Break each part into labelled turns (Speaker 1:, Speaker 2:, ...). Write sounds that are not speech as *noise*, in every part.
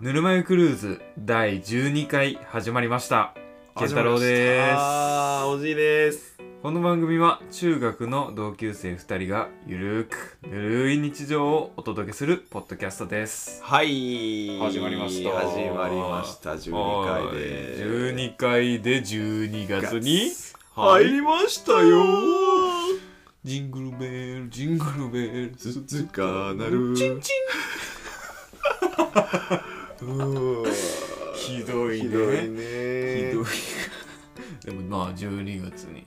Speaker 1: ぬるま湯クルーズ第12回始まりました健太郎です
Speaker 2: あーおじいです
Speaker 1: この番組は中学の同級生2人がゆるーくぬるい日常をお届けするポッドキャストです
Speaker 2: はい
Speaker 1: 始まりました
Speaker 2: 始まりました12回で
Speaker 1: はい12回で12月に
Speaker 2: 入りましたよ
Speaker 1: ジングルベールジングルベール
Speaker 2: つつかなる
Speaker 1: チンチ
Speaker 2: うー
Speaker 1: ひどいね
Speaker 2: ひどいね
Speaker 1: ンひどいでもまあ12月に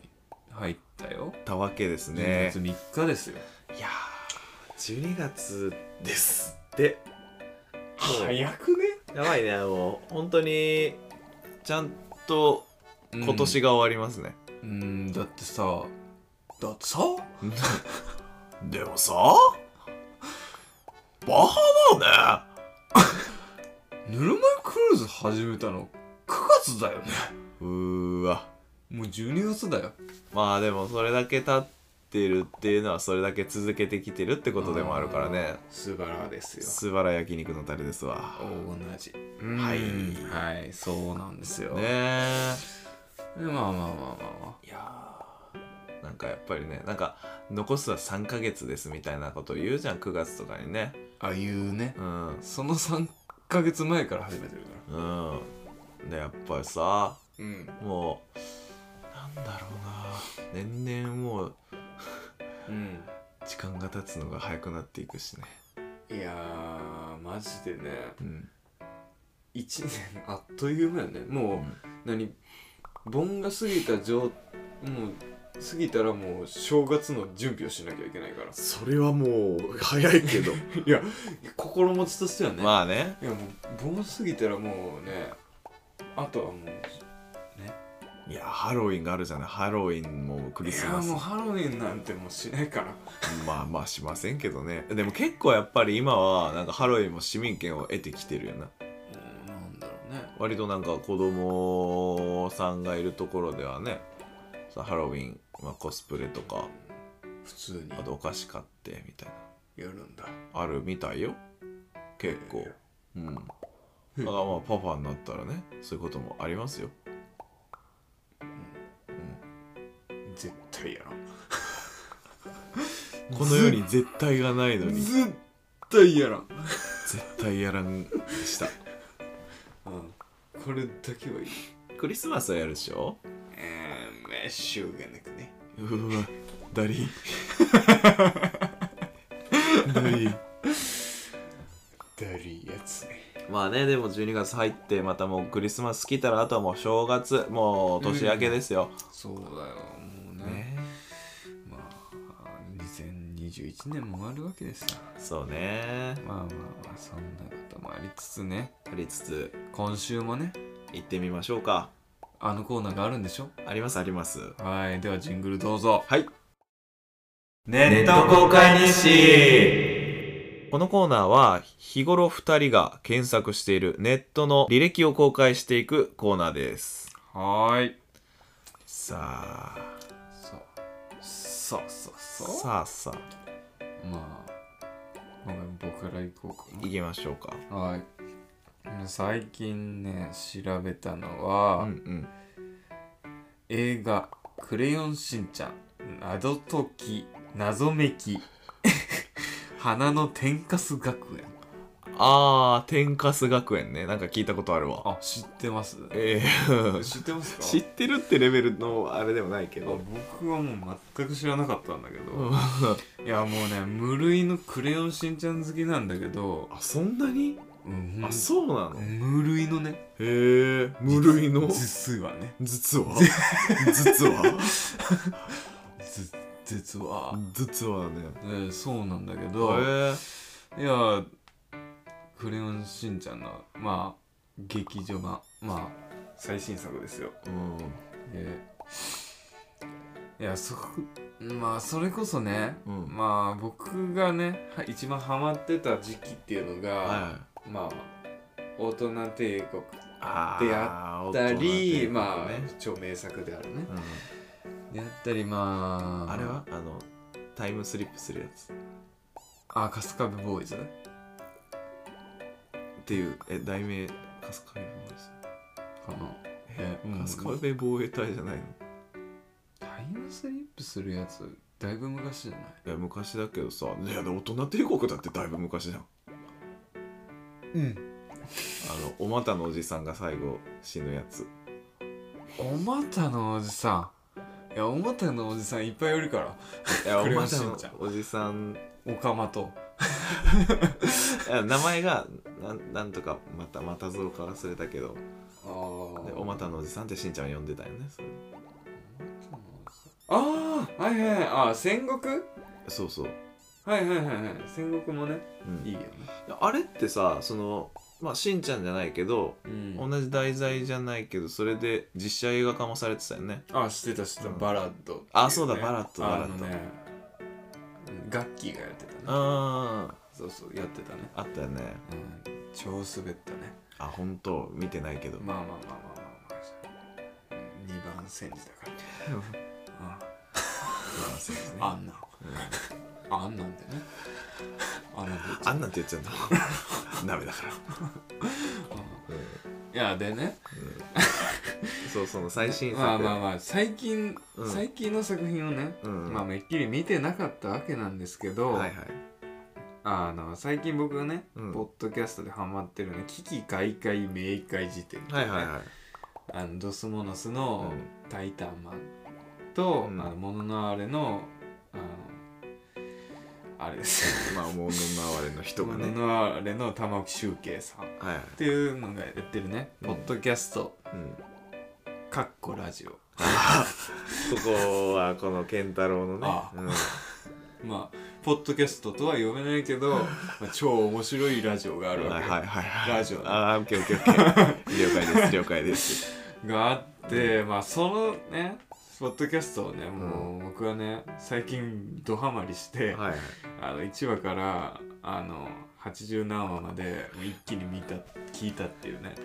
Speaker 1: 入ったよ
Speaker 2: たわけです
Speaker 1: 12
Speaker 2: ね
Speaker 1: 月3日ですよ、
Speaker 2: いやー12月ですで
Speaker 1: 早くね
Speaker 2: やばいねもう本当にちゃんと今年が終わりますね、
Speaker 1: うん、うんだってさだってさ
Speaker 2: でもさバハだね
Speaker 1: ぬるま湯クルーズ始めたの9月だよね
Speaker 2: うーわ
Speaker 1: もう12月だよ
Speaker 2: まあでもそれだけ経ってるっていうのはそれだけ続けてきてるってことでもあるからね
Speaker 1: 素晴らです
Speaker 2: 素晴ら焼肉のタレですわ
Speaker 1: 同じ
Speaker 2: はい
Speaker 1: はいそうなんですよ、
Speaker 2: ねえ
Speaker 1: でまあまあまあま
Speaker 2: いやーなんかやっぱりねなんか残すは3ヶ月ですみたいなこと言うじゃん9月とかにね
Speaker 1: あまああいうね
Speaker 2: うん
Speaker 1: その3ヶ月前から始めてるか
Speaker 2: うんでやっぱりさ
Speaker 1: らうん
Speaker 2: もうなんだろうな年々もう
Speaker 1: うん
Speaker 2: 時間が経つのが早くなっていくしね
Speaker 1: いやーマジでね
Speaker 2: うん
Speaker 1: 1年あっという間よねもう、何盆が過ぎた状もう過ぎたらもう正月の準備をしなきゃいけないから
Speaker 2: それはもう早いけど
Speaker 1: 心持ちとしてはね、
Speaker 2: *laughs* まあね
Speaker 1: いやもう盆過ぎたらもうねあとはもう
Speaker 2: いやハロウィンがあるじゃないハロウィンもクリ
Speaker 1: い
Speaker 2: ス
Speaker 1: や
Speaker 2: マス
Speaker 1: もうハロウィンなんてもうしないから
Speaker 2: まあまあしませんけどねでも結構やっぱり今はなんかハロウィンも市民権を得てきてるよ
Speaker 1: う
Speaker 2: な
Speaker 1: んなんだろうね
Speaker 2: 割となんか子供さんがいるところではねさハロウィン、まあ、コスプレとか
Speaker 1: 普通に
Speaker 2: あとお菓子買ってみたいな
Speaker 1: やるんだ
Speaker 2: あるみたいよ結構うんだからまあパパになったらねそういうこともありますよ
Speaker 1: 絶対やらん
Speaker 2: この世に絶対がないのに
Speaker 1: 絶対やらん、
Speaker 2: 絶対やらんでした
Speaker 1: うん、これだけはいい
Speaker 2: クリスマスはやるでしょ
Speaker 1: えー、まあしょうがなくね
Speaker 2: うわダリーダリー
Speaker 1: だりいやつね
Speaker 2: まあねでも12月入ってまたもうクリスマス来たらあとはもう正月もう年明けですよ、
Speaker 1: そうだよもうねまあ2021年もあるわけですよ
Speaker 2: そうね
Speaker 1: まあまあまあそんなこともありつつね
Speaker 2: ありつつ
Speaker 1: 今週もね
Speaker 2: 行ってみましょうか
Speaker 1: あのコーナーがあるんでしょ
Speaker 2: ありますあります
Speaker 1: はいではジングルどうぞ
Speaker 2: はい
Speaker 1: ネ
Speaker 2: 開日誌このコーナーは日頃2人が検索しているネットの履歴を公開していくコーナーです
Speaker 1: はーい
Speaker 2: さあ
Speaker 1: そうそうそうそう
Speaker 2: さあさあ
Speaker 1: まあごめん僕から行こう
Speaker 2: 行きましょうか
Speaker 1: かなはい最近ね調べたのは、
Speaker 2: うんうん
Speaker 1: 映画「クレヨンしんちゃん」「謎解き」「謎めき」 *laughs* 「花の天かす学園
Speaker 2: あー天かす学園ねなんか聞いたことある」わ
Speaker 1: あ知ってます
Speaker 2: えー、 *laughs*
Speaker 1: 知ってますか
Speaker 2: 知ってるってレベルのあれでもないけ
Speaker 1: あ
Speaker 2: ど
Speaker 1: 僕はもう全く知らなかったんだけど
Speaker 2: *laughs* あ
Speaker 1: いやもうね無類の「クレヨンしんちゃん」好きなんだけど、
Speaker 2: そんなに、
Speaker 1: うん
Speaker 2: あそうなの、へ
Speaker 1: 無類のね
Speaker 2: え無類の
Speaker 1: 実はね *laughs*
Speaker 2: 実は実は
Speaker 1: ず実は、
Speaker 2: 実はね
Speaker 1: えーそうなんだけ
Speaker 2: へ
Speaker 1: ど、いやークレヨンしんちゃんのまあ劇場版まあ最新作ですよ
Speaker 2: えうん
Speaker 1: でいやそこまあそれこそね、
Speaker 2: うん
Speaker 1: まあ僕がねは一番ハマってた時期っていうのが、
Speaker 2: はい
Speaker 1: まあ大人帝国
Speaker 2: あ
Speaker 1: で
Speaker 2: あ
Speaker 1: だり、まあ
Speaker 2: ね、
Speaker 1: 超名作であるね
Speaker 2: うん
Speaker 1: であったりまあ
Speaker 2: あれはあのタイムスリップするやつ
Speaker 1: あ春日部ボーイズ
Speaker 2: っていうえ題名カスカイ防衛です
Speaker 1: かな
Speaker 2: え
Speaker 1: うん
Speaker 2: カスカベ防衛隊じゃないの
Speaker 1: タイムスリップするやつだいぶ昔じゃない
Speaker 2: いや昔だけどさいや大人帝国だってだいぶ昔じゃん
Speaker 1: うん
Speaker 2: あのお股のおじさんが最後死ぬやつ
Speaker 1: お股のおじさんいやお股のおじさんいっぱいおるから *laughs*
Speaker 2: いやお
Speaker 1: クレヨン
Speaker 2: 股
Speaker 1: しん
Speaker 2: の
Speaker 1: ちゃん
Speaker 2: おじさん
Speaker 1: おかまと
Speaker 2: いや名前がなんなんとかまたまたぞうか忘れたけど
Speaker 1: あ
Speaker 2: でお股のおじさんってしんちゃんは呼んでたよねそれ
Speaker 1: あーはいはいはいあー戦国
Speaker 2: そうそう、
Speaker 1: はいはいはいはい戦国もね
Speaker 2: うん
Speaker 1: いいよね
Speaker 2: あれってさそのまあしんちゃんじゃないけど、
Speaker 1: うん
Speaker 2: 同じ題材じゃないけどそれで実写映画化もされてたよね
Speaker 1: あ、知ってた知ってた、
Speaker 2: うん
Speaker 1: バラッドっていね、
Speaker 2: あそうだバラッドバラッド
Speaker 1: あのね、ガッキーがやってたね。
Speaker 2: あ
Speaker 1: そうそう、やってたね。
Speaker 2: ああったよね
Speaker 1: うん、超滑ったね。
Speaker 2: あ本当見てないけど、
Speaker 1: まあまあまあまあまあまあ。二番戦時だからね。うんあんなん、あんなんでね。あんなんで言っちゃ
Speaker 2: あ
Speaker 1: うん
Speaker 2: なんて言っちゃ *laughs* うんだダメだから、
Speaker 1: いや、でね、
Speaker 2: そうその最新作
Speaker 1: まあまあまあ、最近、
Speaker 2: うん
Speaker 1: 最近の作品をね、
Speaker 2: うん
Speaker 1: まあ、めっきり見てなかったわけなんですけど、
Speaker 2: はいはい
Speaker 1: あの最近僕がね、
Speaker 2: うん
Speaker 1: ポッドキャストでハマってるね「危機開会明快辞典」
Speaker 2: はいはいはい
Speaker 1: あのドスモノスの「
Speaker 2: う
Speaker 1: タイタンマン」と「
Speaker 2: うん
Speaker 1: あのもののあれの」あのあれです
Speaker 2: まあもうの哀れ
Speaker 1: 「
Speaker 2: の
Speaker 1: も
Speaker 2: 人が
Speaker 1: の
Speaker 2: ね
Speaker 1: のあれ」の玉木周慶さんっ
Speaker 2: はいはい
Speaker 1: ていうのがやってるね、
Speaker 2: うん
Speaker 1: ポッドキャスト
Speaker 2: うん
Speaker 1: かっこラジオ
Speaker 2: ここはこの健太郎のね
Speaker 1: あ
Speaker 2: うん
Speaker 1: まあポッドキャストとは呼べない
Speaker 2: *laughs*
Speaker 1: けど、まあ、超面白いラジオがあるわ
Speaker 2: はい
Speaker 1: け、
Speaker 2: はいはいはい
Speaker 1: ラジオね
Speaker 2: ああオッケーオッケーオッケー了解です了解
Speaker 1: *laughs*
Speaker 2: です
Speaker 1: があって、まあそのねポッドキャストをねもう僕はね最近ドハマりして、
Speaker 2: はいはい
Speaker 1: あの1話からあの80何話までもう一気に見た聞いたっていうね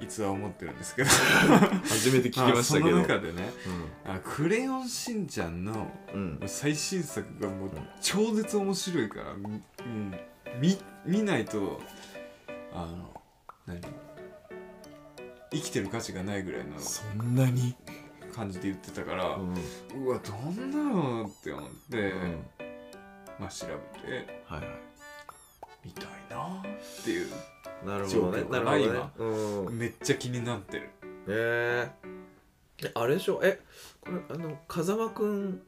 Speaker 1: 逸話を持ってるんですけど
Speaker 2: 初 *laughs* めて聞きましたけ
Speaker 1: *laughs* あ
Speaker 2: ど
Speaker 1: その中でね「あクレヨンしんちゃん」の
Speaker 2: うんうん
Speaker 1: 最新作がもう超絶面白いから、みうん、見見ないとあの何生きてる価値がないぐらいの
Speaker 2: そんなに
Speaker 1: 感じで言ってたから、
Speaker 2: う
Speaker 1: うんわどんなのって思って、
Speaker 2: うん
Speaker 1: まあ調べて
Speaker 2: はいは
Speaker 1: みたいなっていう
Speaker 2: いなるほどね
Speaker 1: 状況
Speaker 2: な
Speaker 1: か
Speaker 2: る
Speaker 1: な
Speaker 2: ほどねうん
Speaker 1: めっちゃ気になってる
Speaker 2: ええあれでしょえこれあの風間くん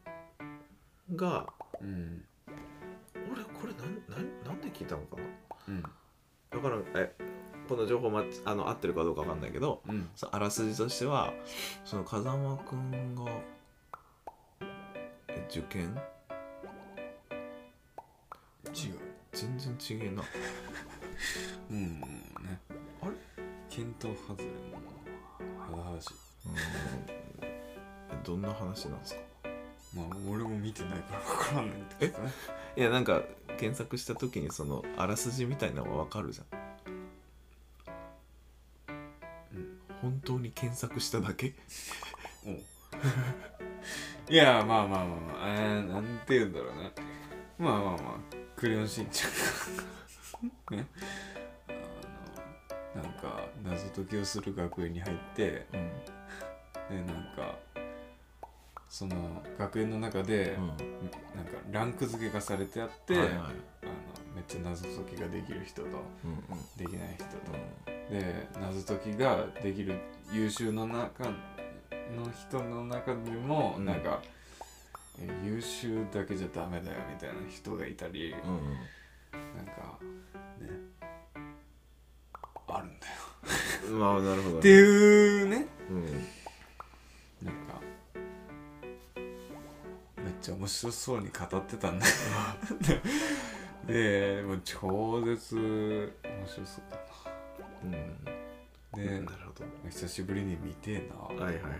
Speaker 2: が
Speaker 1: うん
Speaker 2: 俺これなんなんなんで聞いたのかな
Speaker 1: うん
Speaker 2: だからんえこの情報まあの合ってるかどうかわかんないけど
Speaker 1: うん
Speaker 2: そのあらすじとしてはその風間くんがえ受験
Speaker 1: 違う
Speaker 2: 全然違えな
Speaker 1: うんうんね
Speaker 2: あれ
Speaker 1: 見当外れも肌話
Speaker 2: うんえどんな話なんですか
Speaker 1: まあ俺も見てないから分からないんだけどね
Speaker 2: いやなんか検索した時にそのあらすじみたいなのはわかるじゃん、
Speaker 1: うん
Speaker 2: 本当に検索しただけ
Speaker 1: おう *laughs* いやまあまあまあまあ、えー、なんて言うんだろうねまあまあまあクレヨンしんちゃんが *laughs* ねあのなんか謎解きをする学園に入って
Speaker 2: うん、
Speaker 1: でなんかその学園の中で、なんかランク付けがされてあって、
Speaker 2: で、
Speaker 1: あのめっちゃ謎解きができる人と
Speaker 2: うんうん
Speaker 1: できない人と、で謎解きができる優秀の中の人の中でも、
Speaker 2: うん
Speaker 1: なんかえ優秀だけじゃダメだよみたいな人がいたり、
Speaker 2: うんうん
Speaker 1: なんかねあるんだよ
Speaker 2: うんまあなるほど、ね、
Speaker 1: っていうね
Speaker 2: うん、
Speaker 1: なんかめっちゃ面白そうに語ってたんだけど *laughs* でもう超絶面白そうだ
Speaker 2: うん
Speaker 1: なで、
Speaker 2: なるほど
Speaker 1: 久しぶりに見てえなと思って、
Speaker 2: はいはい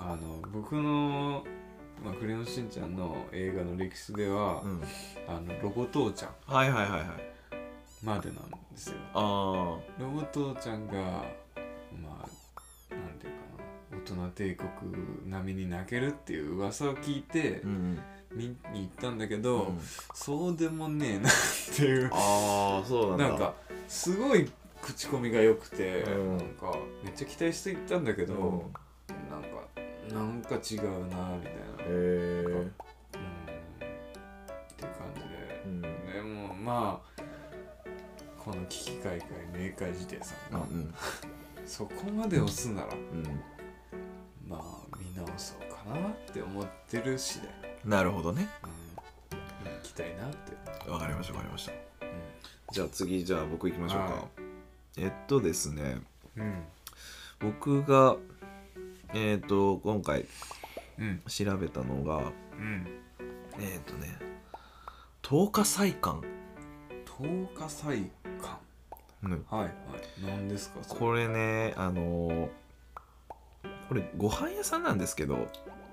Speaker 1: あの僕の「まあ、クレヨンしんちゃん」の映画の歴史では、
Speaker 2: うん、
Speaker 1: あのロボ父ちゃん
Speaker 2: はいはいはいはい
Speaker 1: までなんですよ
Speaker 2: あ
Speaker 1: ロボ父ちゃんがまあなんていうかな大人帝国並みに泣けるっていう噂を聞いて、
Speaker 2: ーうん
Speaker 1: 見に行ったんだけ
Speaker 2: う
Speaker 1: ど、
Speaker 2: ん
Speaker 1: そうでもねえなっていう
Speaker 2: ああそうなんだ
Speaker 1: なんかすごい口コミが良くて、
Speaker 2: うん
Speaker 1: なんかめっちゃ期待していったんだけど、なんかなんか違うなみたいな、
Speaker 2: へえ
Speaker 1: うん、っていう感じで
Speaker 2: うん
Speaker 1: でもまあこの危機開会明快辞典さん
Speaker 2: あ
Speaker 1: が
Speaker 2: うん
Speaker 1: そこまで押すなら
Speaker 2: う
Speaker 1: まあ見直そうかなって思ってる次第、
Speaker 2: んなるほどね
Speaker 1: うん、行きたいなって、
Speaker 2: わかりましたわかりました
Speaker 1: う
Speaker 2: じゃあ次じゃあ僕行きましょうか、
Speaker 1: はい
Speaker 2: えっとですね
Speaker 1: ん
Speaker 2: 僕がえっ、と今回
Speaker 1: うん
Speaker 2: 調べたのが
Speaker 1: うん
Speaker 2: えっ、とね10日祭館、
Speaker 1: 10日祭館はいはい何ですかそれ
Speaker 2: これねあのーこれご飯屋さんなんですけど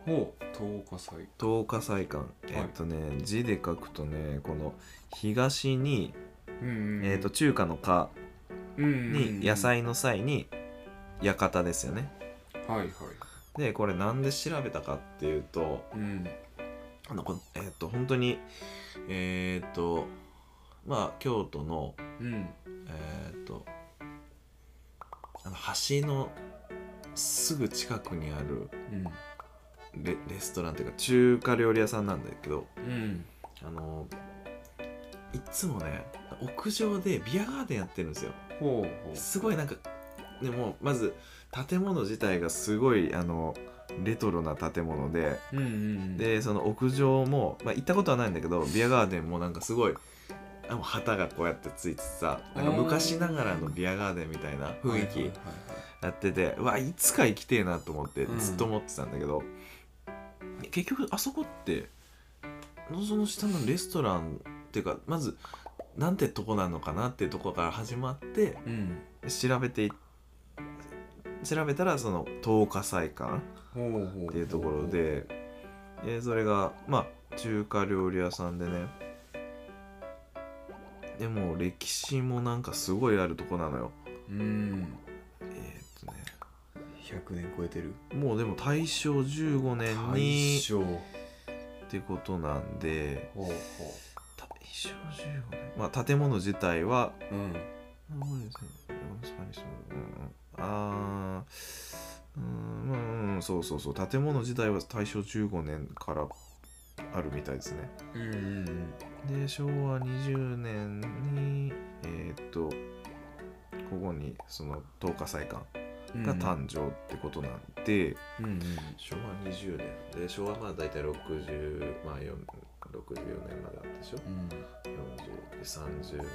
Speaker 1: ほう10日祭
Speaker 2: 10日祭館えっ、とね、字で書くとねこの東に、
Speaker 1: うん
Speaker 2: えっと中華の「か」
Speaker 1: に
Speaker 2: に野菜の「際に館ですよね
Speaker 1: はいはい
Speaker 2: でこれなんで調べたかっていうと
Speaker 1: うん
Speaker 2: あのこのえっ、と本当にえっ、とまあ京都の
Speaker 1: うん
Speaker 2: えっ、とあの橋のすぐ近くにある
Speaker 1: うん
Speaker 2: レレストランというか中華料理屋さんなんだけど
Speaker 1: うん
Speaker 2: あのいっつもね屋上でビアガーデンやってるんですよ
Speaker 1: ほうほう
Speaker 2: すごいなんかでもまず建物自体がすごいあのレトロな建物で
Speaker 1: うんうん
Speaker 2: でその屋上も、まあ、行ったことはないんだけどビアガーデンもなんかすごいあの旗がこうやってついてさなんか昔ながらのビアガーデンみたいな雰囲気やってて、うわいつか行きてえなと思って
Speaker 1: うん
Speaker 2: ずっと思ってたんだけど、結局あそこってその下のレストランっていうかまずなんてとこなのかなっていうとこから始まって
Speaker 1: うん
Speaker 2: 調べてい調べたらその10日祭館
Speaker 1: ほうほう
Speaker 2: っていうところで、えーそれがまあ中華料理屋さんでねでも歴史もなんかすごいあるとこなのよ
Speaker 1: うん
Speaker 2: えーっとね
Speaker 1: 100年超えてる
Speaker 2: もうでも大正15年
Speaker 1: 大
Speaker 2: に
Speaker 1: 正
Speaker 2: ってことなんで
Speaker 1: ほうほ
Speaker 2: 大正15年まあ建物自体は
Speaker 1: ううん
Speaker 2: すごいですねスパニッシュうんうんあーうんうんうんそうそうそう建物自体は大正15年からあるみたいですね
Speaker 1: うんうん
Speaker 2: で昭和20年にえーっとここにその東華祭館
Speaker 1: うん
Speaker 2: が誕生ってことなんで、
Speaker 1: うんうん
Speaker 2: 昭和20年で昭和まだ大体60まあ4 64年まであったでしょ
Speaker 1: うん
Speaker 2: 40で30年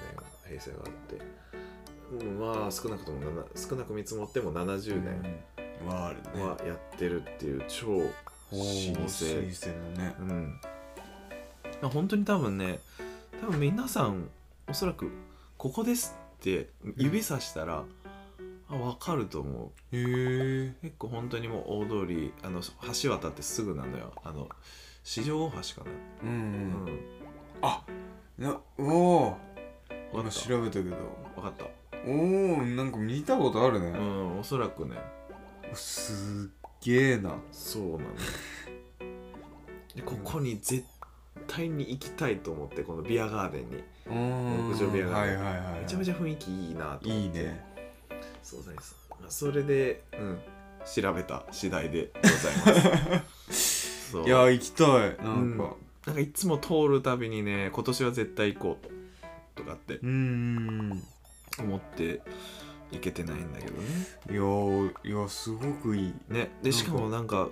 Speaker 2: 平成があって、うんまあ少なくともなな少なく見積もっても70年
Speaker 1: うんはあるね
Speaker 2: はやってるっていう超老
Speaker 1: ほう
Speaker 2: 舗
Speaker 1: 老舗のね
Speaker 2: うん、本当に多分ね多分皆さんおそらく「ここです」って指さしたら、あ分かると思う
Speaker 1: へえ
Speaker 2: 結構本当にもう大通りあの橋渡ってすぐなのよあの四条大橋かな、
Speaker 1: うんう
Speaker 2: う
Speaker 1: ん
Speaker 2: ん、
Speaker 1: あなおお
Speaker 2: 分か
Speaker 1: 今
Speaker 2: った
Speaker 1: 調べたけど
Speaker 2: 分かった
Speaker 1: おおなんか見たことある
Speaker 2: う
Speaker 1: ね
Speaker 2: んおそらくね
Speaker 1: すっげえな
Speaker 2: そうなのよでここに絶対に行きたいと思ってこのビアガーデンに
Speaker 1: うん
Speaker 2: 屋上部屋が
Speaker 1: は
Speaker 2: ね
Speaker 1: いはいはいはい
Speaker 2: めちゃめちゃ雰囲気いいなと思って
Speaker 1: いいね
Speaker 2: そうだねそ,、まあ、それで、うん、調べた次第でございま
Speaker 1: *laughs*
Speaker 2: すそう
Speaker 1: いや行きたいなんか
Speaker 2: なんかいつも通るたびにね今年は絶対行こうとかって
Speaker 1: うんうん
Speaker 2: 思って行けてないんだけどね
Speaker 1: いやーいやすごくいい
Speaker 2: ねでしかもなんか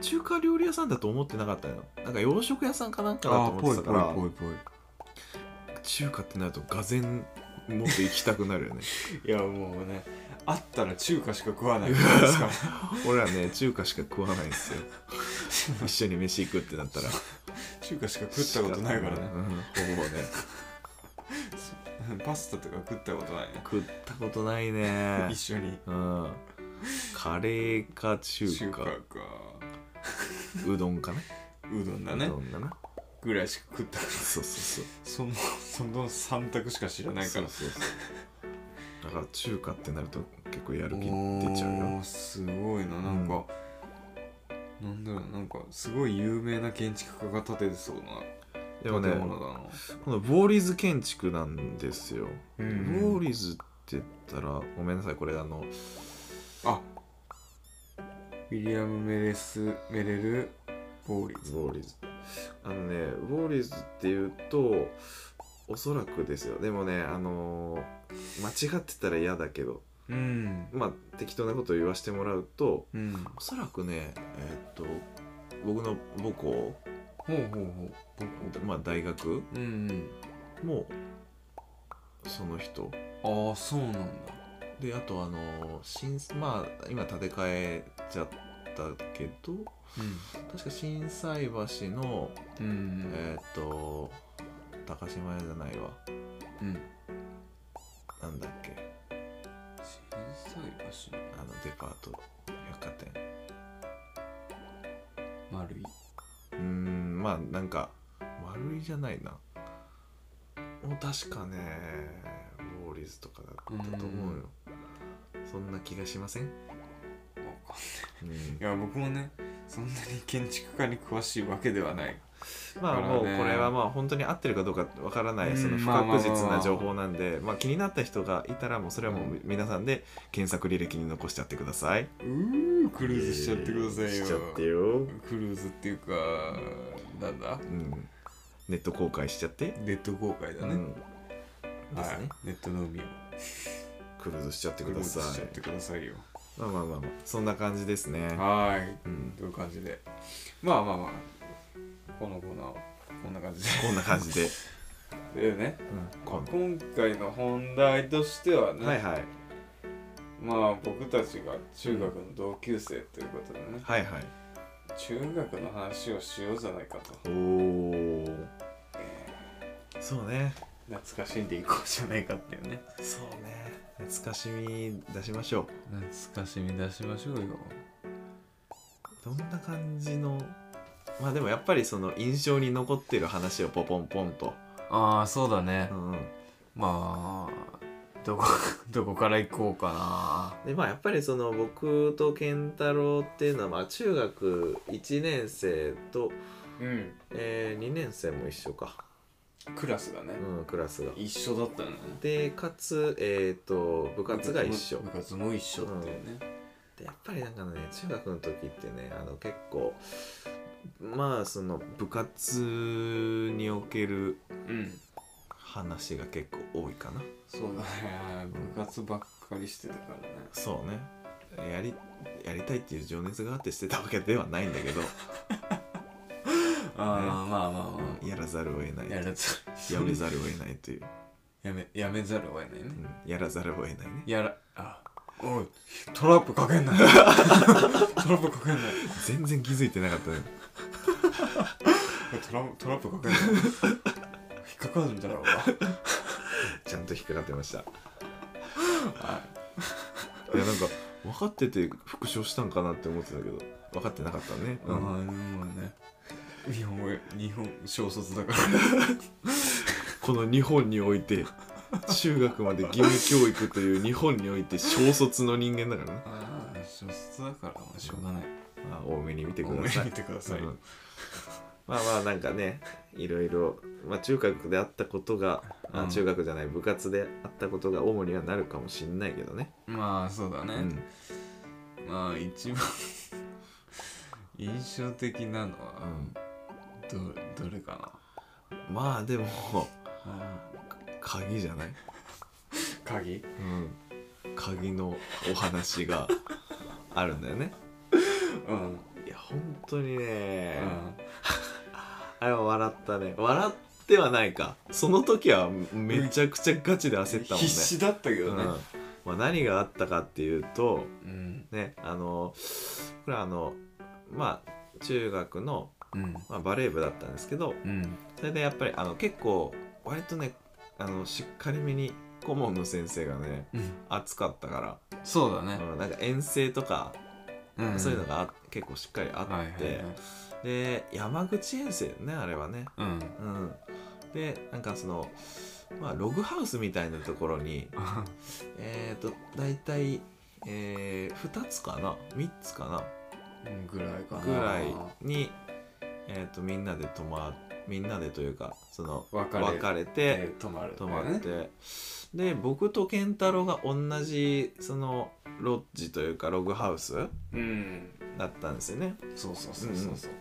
Speaker 2: ち中華料理屋さんだと思ってなかったのよなんか洋食屋さんかなんかだと
Speaker 1: あー
Speaker 2: 思っ
Speaker 1: ぽい
Speaker 2: てた
Speaker 1: ぽ
Speaker 2: か
Speaker 1: い
Speaker 2: ら
Speaker 1: ぽいぽい
Speaker 2: 中華ってなるとがぜんもっと行きたくな
Speaker 1: *laughs*
Speaker 2: るよね
Speaker 1: いやもうねあったら中華しか食わ *laughs* ないからですから
Speaker 2: 俺らね中華しか食わないん
Speaker 1: *laughs*
Speaker 2: ですよ一緒に飯行くってなったら
Speaker 1: 中華しか食ったことないからね
Speaker 2: うん、ほぼね
Speaker 1: パスタとか食ったことないね
Speaker 2: 食ったことないね
Speaker 1: 一緒に
Speaker 2: うんカレーか中華
Speaker 1: 中華か
Speaker 2: うどんかね
Speaker 1: うどんだ
Speaker 2: う
Speaker 1: ね
Speaker 2: どんだな
Speaker 1: ぐらいしか食ったこと
Speaker 2: そうそうそう
Speaker 1: そのその3択しか知らないから
Speaker 2: そうそうそうだから中華ってなると結構やる気出ちゃう
Speaker 1: お
Speaker 2: よ
Speaker 1: ーすごいななんか、なんだろうなんかすごい有名な建築家が建ててそうな
Speaker 2: でもね
Speaker 1: 建物だな
Speaker 2: このボーリーズ建築なんですよ、
Speaker 1: う
Speaker 2: ボー
Speaker 1: ん
Speaker 2: リーズって言ったらごめんなさいこれあの
Speaker 1: あウィリアム・メレス・メレル・ボーリーズ
Speaker 2: ボーリーズあのねボーリーズっていうとおそらくですよでもねあのー間違ってたら嫌だけど
Speaker 1: うん
Speaker 2: まあ適当なことを言わせてもらうと
Speaker 1: うん
Speaker 2: おそらくねえーっと僕の母校、
Speaker 1: ほうほうほう
Speaker 2: まあ、大学
Speaker 1: うんうん
Speaker 2: もその人
Speaker 1: ああそうなんだ
Speaker 2: であとあの新まあ今建て替えちゃったけど確か心斎橋の
Speaker 1: うんうん
Speaker 2: えーっと高島屋じゃないわ
Speaker 1: うん
Speaker 2: なんだっけ
Speaker 1: 小さい橋の
Speaker 2: あのデパート百貨店
Speaker 1: 丸いう
Speaker 2: ーんまあなんか丸いじゃないなもう確かねウォーリーズとかだったと思うよそんな気がしません、
Speaker 1: わかん
Speaker 2: うん
Speaker 1: い、や僕もねそんなに建築家に詳しいわけではない
Speaker 2: まあ
Speaker 1: だから
Speaker 2: もうこ
Speaker 1: ね
Speaker 2: れはまあ本当に合ってるかどうかわからな
Speaker 1: う
Speaker 2: い
Speaker 1: ん
Speaker 2: その不
Speaker 1: まあまあまあ
Speaker 2: 確実な情報なんでまあ気になった人がいたらもうそれはもう皆さんで検索履歴に残しちゃってくださいう
Speaker 1: ークルーズしちゃってください
Speaker 2: し
Speaker 1: よ
Speaker 2: ちゃってよ
Speaker 1: クルーズっていうかなんだ
Speaker 2: うんネット公開しちゃって
Speaker 1: ネット公開だ
Speaker 2: う
Speaker 1: ね、
Speaker 2: んですね
Speaker 1: はいネットの海を
Speaker 2: クルーズしちゃって
Speaker 1: クル
Speaker 2: く
Speaker 1: ー
Speaker 2: だ
Speaker 1: ズ
Speaker 2: さ
Speaker 1: しちゃっ
Speaker 2: い
Speaker 1: てくださいよ
Speaker 2: まあまあまあまあそんな感じですね
Speaker 1: はーい
Speaker 2: うん
Speaker 1: という感じでまあまあまあこのコーナーはこんな感じ
Speaker 2: こんな感じで
Speaker 1: ででね
Speaker 2: こん
Speaker 1: 今回の本題としてはね、
Speaker 2: はいはい
Speaker 1: まあ僕たちが中学の同級生ということでね、
Speaker 2: はいはい
Speaker 1: 中学の話をしようじゃないかと
Speaker 2: おおそうね
Speaker 1: 懐かしんでいこうじゃないかっていうね
Speaker 2: そうね懐かしみ出しましょう
Speaker 1: 懐かしみ出しましょうよ
Speaker 2: どんな感じのまあでもやっぱりその印象に残ってる話をポポンポンと、
Speaker 1: ああそうだね
Speaker 2: うんうん、
Speaker 1: まあどこ *laughs* どこから行こうか
Speaker 2: でまあやっぱりその僕と健太郎っていうのはまあ中学1年生と、
Speaker 1: なうん
Speaker 2: え2年生も一緒か、
Speaker 1: クラスがね、
Speaker 2: うん、クラスが
Speaker 1: 一緒だったよね
Speaker 2: でかつ、えー、と部活が一緒
Speaker 1: 部活も一緒っていうね、
Speaker 2: でやっぱりなんかね中学の時ってねあの結構まあその部活における
Speaker 1: うん
Speaker 2: 話が結構多いかな
Speaker 1: そうだね部活ばっかりしてたからね
Speaker 2: そうねやりやりたいっていう情熱があってしてたわけではないんだけど
Speaker 1: ああまあまあま
Speaker 2: うんやらざるを得な
Speaker 1: *laughs*
Speaker 2: い
Speaker 1: や
Speaker 2: や
Speaker 1: らざ
Speaker 2: めざるを得ないという、
Speaker 1: やめやめざるを得ないね
Speaker 2: うんやらざるを得ないね
Speaker 1: やらあおいトラップかけんなよトラップかけんなよ
Speaker 2: 全然気づいてなかったね *laughs*
Speaker 1: トラトラップかけんなよ引っかかるんだろうが
Speaker 2: ちゃんと引っかかってましたい
Speaker 1: は
Speaker 2: やなんか分かってて復唱したんかなって思ってたけど分かってなかったね、
Speaker 1: い、
Speaker 2: うん
Speaker 1: ああでもね日本語日本小卒だから
Speaker 2: この日本において中学まで義務教育という日本において小卒の人間だからね
Speaker 1: ああ小卒だからまあしょうがない
Speaker 2: まあ多めに見て
Speaker 1: ご
Speaker 2: く
Speaker 1: め
Speaker 2: だ
Speaker 1: ん
Speaker 2: さい
Speaker 1: 見てください、
Speaker 2: うんまあまあなんかねいろいろ、まあ、中学であったことが、あ
Speaker 1: うん
Speaker 2: 中学じゃない部活であったことが主にはなるかもしんないけどね、
Speaker 1: まあそうだね、
Speaker 2: うん
Speaker 1: まあ一番印象的なのはどどれか
Speaker 2: まあでも
Speaker 1: な、
Speaker 2: 鍵じゃない、
Speaker 1: 鍵
Speaker 2: 鍵のお話があるんだよね
Speaker 1: うん、
Speaker 2: いや本当にね、
Speaker 1: うん
Speaker 2: あれは笑ったね笑ってはないかその時はめちゃくちゃガチで焦ったもんね
Speaker 1: 必死だったけ
Speaker 2: う
Speaker 1: ど
Speaker 2: ん
Speaker 1: ね
Speaker 2: まあ、何があったかっていうと
Speaker 1: うん
Speaker 2: ねあのこれはあのまあ中学の、
Speaker 1: うん
Speaker 2: まあ、バレー部だったんですけど
Speaker 1: うん
Speaker 2: それでやっぱりあの結構割とねあのしっかりめに顧問の先生がね熱かったか
Speaker 1: そうだ
Speaker 2: ら、
Speaker 1: ね、
Speaker 2: うんなんか遠征とか、
Speaker 1: うん
Speaker 2: そういうのがあ結構しっかりあって、
Speaker 1: はいはいはい
Speaker 2: で山口遠征ねあれはね
Speaker 1: うん *laughs*
Speaker 2: うん、でなんかその、まあ、ログハウスみたいなところにえっ、ー、と大体、えー、2つかな3つか
Speaker 1: うんぐらいか
Speaker 2: な
Speaker 1: な
Speaker 2: ぐらいに、えー、とみんなで泊まっみんなでというかその
Speaker 1: 別れ
Speaker 2: て
Speaker 1: 泊まるんだ
Speaker 2: 泊
Speaker 1: よ
Speaker 2: ま
Speaker 1: ね
Speaker 2: って、で僕と健太郎が同じそのロッジというかログハウス
Speaker 1: うん
Speaker 2: だったんですよね
Speaker 1: そうそうそうそうそう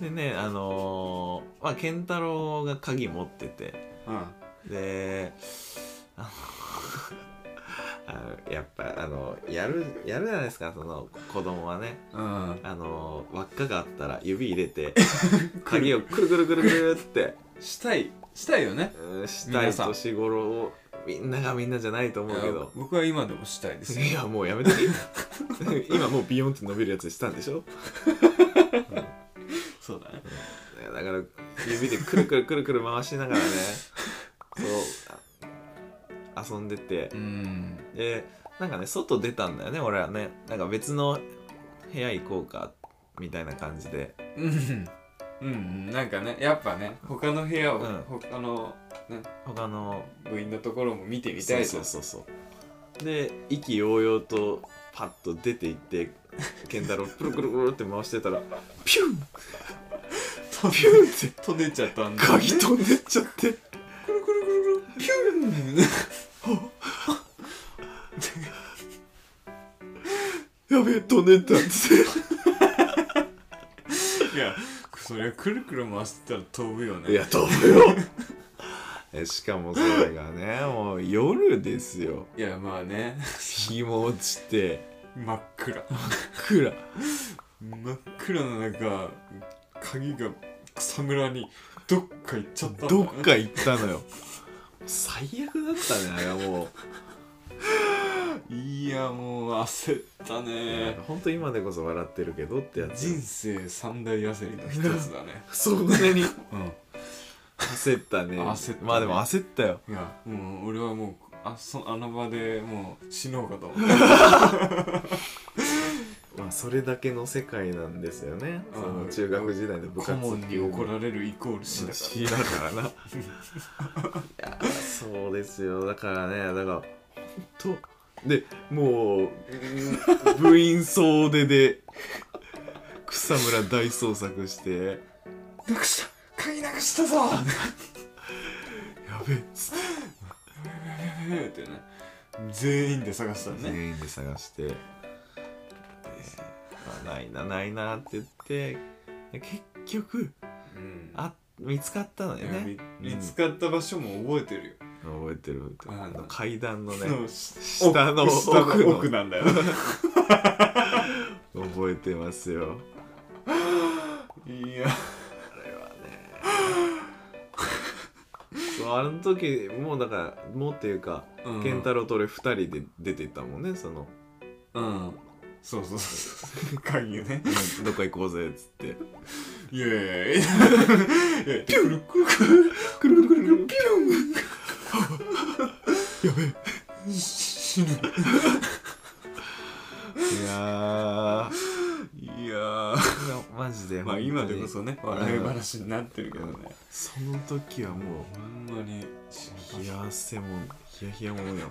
Speaker 2: でねあのーまあ健太郎が鍵持ってて
Speaker 1: うん
Speaker 2: であの *laughs* あのやっぱあのやるやるじゃないですかその子供はね
Speaker 1: うん
Speaker 2: あの輪っかがあったら指入
Speaker 1: *laughs*
Speaker 2: れて鍵をくるくるくるくるって
Speaker 1: したいしたいよね
Speaker 2: うんしたい
Speaker 1: 皆さん
Speaker 2: 年頃をみんながみんなじゃないと思うけ
Speaker 1: いや
Speaker 2: ど
Speaker 1: 僕は今でもしたいですよ
Speaker 2: *laughs* いやもうやめて今もうビヨンって伸びるやつしたんでしょ
Speaker 1: *laughs* そうだね
Speaker 2: いやだから指でくるくるくるくる回しながらねそうあ遊んでて
Speaker 1: うん
Speaker 2: でなんかね外出たんだよね俺はねなんか別の部屋行こうかみたいな感じで
Speaker 1: うんうんなんかねやっぱね他の部屋を、
Speaker 2: うん
Speaker 1: 他の
Speaker 2: 他の
Speaker 1: 部員のところも見てみたいと
Speaker 2: そうそうそうそうで意気揚々とパッと出て行って健太郎プルプルプルって回してたらピュン
Speaker 1: 飛
Speaker 2: ピュンって
Speaker 1: 飛んでっちゃったんだよね
Speaker 2: 鍵飛んでっちゃって
Speaker 1: くるくるくるくるピューン
Speaker 2: やべえ飛んでったっつって
Speaker 1: いやそりゃくるくる回してたら飛ぶよね
Speaker 2: いや飛ぶよ *laughs* えしかもそれがねもう夜ですよ
Speaker 1: いやまあね
Speaker 2: 日も落ちて
Speaker 1: 真っ暗
Speaker 2: 暗
Speaker 1: 真っ暗な中鍵が草むらにどっか行っちゃったんだ
Speaker 2: ど
Speaker 1: よ
Speaker 2: っか行ったのよ最悪だったねあれはもう
Speaker 1: いやもう焦ったね
Speaker 2: 本当今でこそ笑ってるけどってや
Speaker 1: 人
Speaker 2: つ
Speaker 1: 生三大焦りの一つだね
Speaker 2: そんなに
Speaker 1: う
Speaker 2: 焦ったね
Speaker 1: 焦ったね
Speaker 2: まあでも焦ったよ
Speaker 1: んいやもう俺はもうあそあの場でもう死のうか *laughs* と思っ
Speaker 2: まあそれだけの世界なんですよね
Speaker 1: う
Speaker 2: そ
Speaker 1: ん
Speaker 2: の中学時代の部
Speaker 1: た顧
Speaker 2: 活
Speaker 1: 問に怒られるイコール
Speaker 2: 死
Speaker 1: 死だ
Speaker 2: だ
Speaker 1: か
Speaker 2: からないやそうですよだからねだからほんとでもう部員総出で草むら大捜索して
Speaker 1: らなくした鍵なくしたぞや
Speaker 2: やべっつって
Speaker 1: べえってね全員で探したのね
Speaker 2: 全員で探して、まあ、ないなないなって言ってで結局
Speaker 1: うん
Speaker 2: あ見つかったの
Speaker 1: い
Speaker 2: よね
Speaker 1: や見見つかった場所も覚えてるよ、
Speaker 2: 覚えてる
Speaker 1: うん
Speaker 2: あの階段のね
Speaker 1: の
Speaker 2: 下の奥
Speaker 1: 下の
Speaker 2: の
Speaker 1: 奥なんだよ
Speaker 2: *laughs* 覚えてますよ
Speaker 1: いや
Speaker 2: あれはねそうあの時もうだからもうっていうか、
Speaker 1: うん
Speaker 2: 健太郎と俺2人で出てったもんねその
Speaker 1: うんそうそうそう鍵ね
Speaker 2: 「どっか行こうぜ」っつって
Speaker 1: イエーイピュルクルクルクルクルクルピュンやべえ死ぬ
Speaker 2: いやー
Speaker 1: いやー
Speaker 2: いやマジで
Speaker 1: まあ
Speaker 2: 本当に
Speaker 1: 今でこそね笑い話になってるけどね
Speaker 2: その時はも
Speaker 1: ほんまに
Speaker 2: う冷や汗もヒヤヒヤもんよ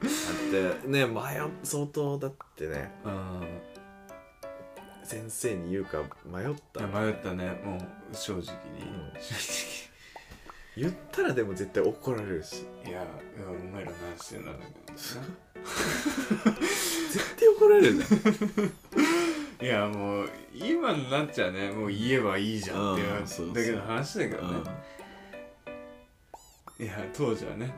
Speaker 2: だってね迷っ相当だってね
Speaker 1: うん
Speaker 2: 先生に言うか迷っ
Speaker 1: い
Speaker 2: た
Speaker 1: や迷ったねもう正直に
Speaker 2: うん
Speaker 1: 正
Speaker 2: 言ったらでも絶対怒られるし
Speaker 1: 直いやいやお前ら何してんだろうけどな
Speaker 2: 絶対怒られるじゃん
Speaker 1: いやもう今になっちゃねもう言えばいいじゃんっていう
Speaker 2: うんそうそう
Speaker 1: だけの話だけど
Speaker 2: うん
Speaker 1: ね、いや当時はね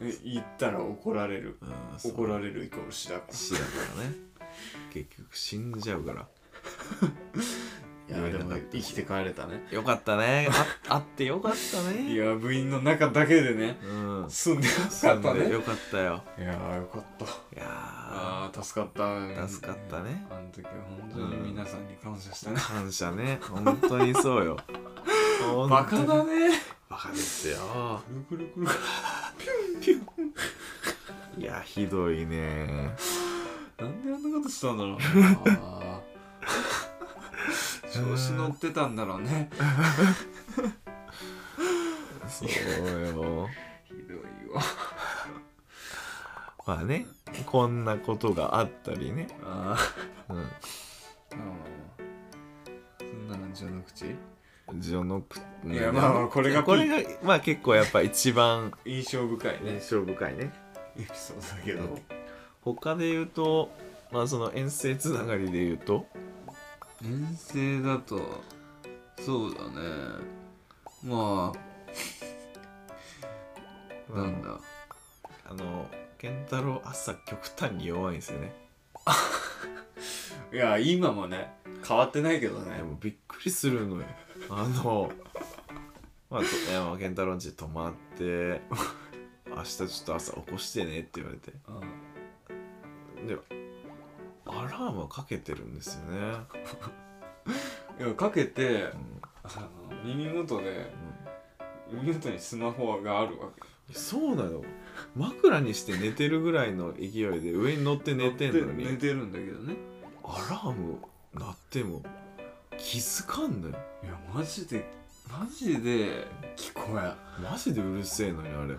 Speaker 1: え言ったら怒られる
Speaker 2: うんそう
Speaker 1: 怒られるイコール死だか
Speaker 2: 死だからね結局死んじゃうから
Speaker 1: らいやでも生きて帰れたね
Speaker 2: よかったねああってよかった
Speaker 1: い
Speaker 2: ね
Speaker 1: や部員の中だけでね
Speaker 2: うん
Speaker 1: 住んでよかった
Speaker 2: そんで
Speaker 1: ね
Speaker 2: よかったよ
Speaker 1: いやーよかった
Speaker 2: いや
Speaker 1: あー助かった
Speaker 2: 助かったね
Speaker 1: あの時は本当に皆さんに感謝したね
Speaker 2: ー、感謝ね本当にそうよ本当に
Speaker 1: バカだね
Speaker 2: バカですよ
Speaker 1: くるくるくる
Speaker 2: いやひどいね
Speaker 1: なんであんなことしたんだろうなあー調子乗ってたんだろうね
Speaker 2: そうよ
Speaker 1: ひどいわ
Speaker 2: まあねこんなことがあったりね、
Speaker 1: あ
Speaker 2: うん、
Speaker 1: あそんなのね序の口
Speaker 2: 序の口
Speaker 1: いやまあまあこれが
Speaker 2: これがまあ結構やっぱ一番
Speaker 1: 印象深いね
Speaker 2: 印象深いね
Speaker 1: エピソードだけ
Speaker 2: うん
Speaker 1: ど
Speaker 2: 他で言うとまあその遠征つながりで言うと
Speaker 1: 遠征だとそうだねまあなんだ
Speaker 2: あの健太郎朝極端に弱いんですよね
Speaker 1: いや今もね変わってないけどね
Speaker 2: でもびっくりするのよあのまあといやまあ健太郎んち泊まって明日ちょっと朝起こしてねって言われて
Speaker 1: うん
Speaker 2: でアラームはかけてるんですよね、
Speaker 1: いやかけて
Speaker 2: うん
Speaker 1: あの耳元で
Speaker 2: うん
Speaker 1: 耳元にスマホがあるわけ
Speaker 2: そうなの枕にして寝てるぐらいの勢いで上に乗って寝てんの
Speaker 1: で寝
Speaker 2: に
Speaker 1: てるんだけどね
Speaker 2: アラーム鳴っても気づかんのよ
Speaker 1: いやマジでマジで聞こえ
Speaker 2: マジでうるせえのにあれい
Speaker 1: んいや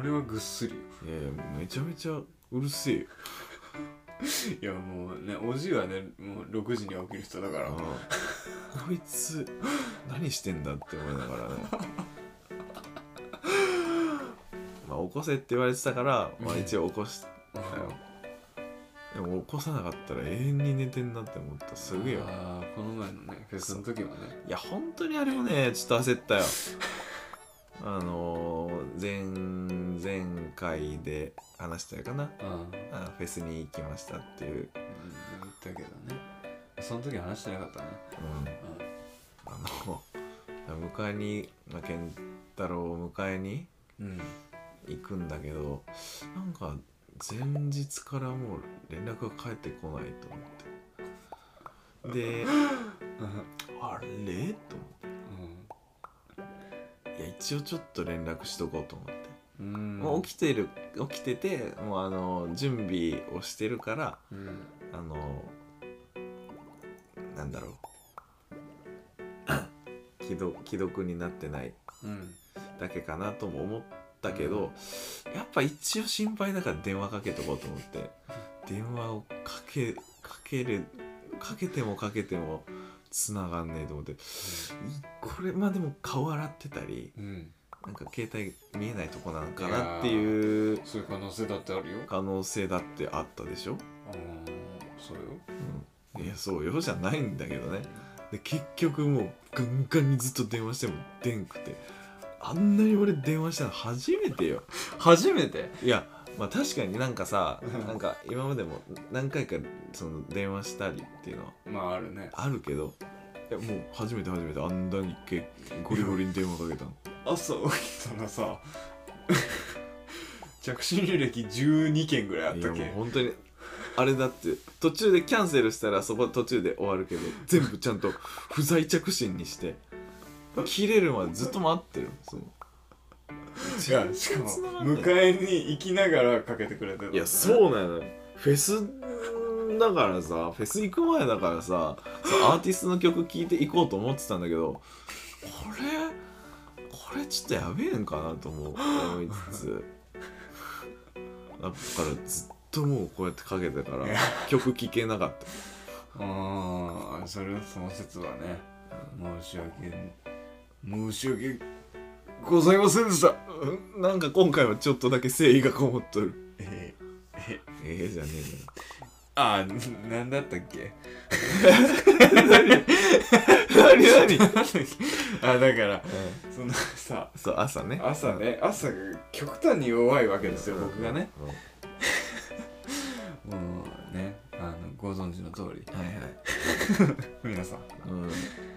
Speaker 1: 俺はぐっすりよ
Speaker 2: やいやめちゃめちゃうるせえよ
Speaker 1: いやもうねおじいはねもう6時には起きる人だ
Speaker 2: *laughs*
Speaker 1: から
Speaker 2: うんこいつ何してんだって思いながらねまあ起こせって言われてたから、まあ、一応起こしたよでも起こさなかったら永遠に寝てんなって思ったすげえよ
Speaker 1: あーこの前のねフェスの時もね
Speaker 2: いや本当にあれもねちょっと焦ったよ *laughs* あのー前前回で話したかな
Speaker 1: うん言
Speaker 2: あフェスに行きましたっていう、
Speaker 1: ったけどねその時話してなかったね
Speaker 2: うん、あの迎えに、まあ、健太郎を迎えに
Speaker 1: うん、うん、
Speaker 2: 行くんだけどなんか前日からもう連絡が返ってこないと思ってであれと思っていや一応ちょっと連絡しとこうと思って。
Speaker 1: うん
Speaker 2: もう起きてる起きててもうあの準備をしてるから
Speaker 1: うん
Speaker 2: あのなんだろう *coughs* 既読既読になってない
Speaker 1: うん
Speaker 2: だけかなとも思ったけど、やっぱ一応心配だから電話かけとこうと思って電話をかけかけるかけてもかけても繋がんねえと思っていこれまあでも顔洗ってたり
Speaker 1: うん
Speaker 2: なんか携帯見えないとこなのかなっていう
Speaker 1: そういう可能性だってあるよ
Speaker 2: 可能性だってあったでしょ、
Speaker 1: うんそうよ
Speaker 2: うん、いやそうよじゃないんだけどねで結局もうガンガンにずっと電話しても出んくてあんなに俺電話したの初めてよ
Speaker 1: 初めて
Speaker 2: いやまあ確かになんかさ
Speaker 1: うん
Speaker 2: なんか今までも何回かその電話したりっていうのは
Speaker 1: まああるね
Speaker 2: あるけどいやもう初めて初めてあんなにけゴリゴリに電話かけたの
Speaker 1: 朝起きたらさ *laughs* 着信履歴12件ぐらいあっ
Speaker 2: いや
Speaker 1: た
Speaker 2: もう
Speaker 1: けん
Speaker 2: 本当にあれだって途中でキャンセルしたらそこ途中で終わるけど全部ちゃんと不在着信にして切れるまでずっと待ってるその
Speaker 1: いやしかも
Speaker 2: 繋がんない
Speaker 1: 迎えに行きながらかけてくれてた
Speaker 2: いやそうなのよフェスだからさフェス行く前だからさそうアーティストの曲聴いていこうと思ってたんだけどこれこれちょっとやべえんかなと思う思いつつだからずっともうこうやってかけてから曲聴けなかった
Speaker 1: ああそれはその説はね申し訳申し訳ございませんでした
Speaker 2: うんなんか今回はちょっとだけ誠意がこもっとる
Speaker 1: えー
Speaker 2: ええじゃね
Speaker 1: あ *laughs* ーなんだったっけ *laughs*
Speaker 2: えだろ何何
Speaker 1: あだからそのさ
Speaker 2: そう朝ね
Speaker 1: 朝ね朝極端に弱いわけですよ僕がね
Speaker 2: うん
Speaker 1: もうねあのご存知の通り
Speaker 2: はいはい
Speaker 1: 皆さん
Speaker 2: うん、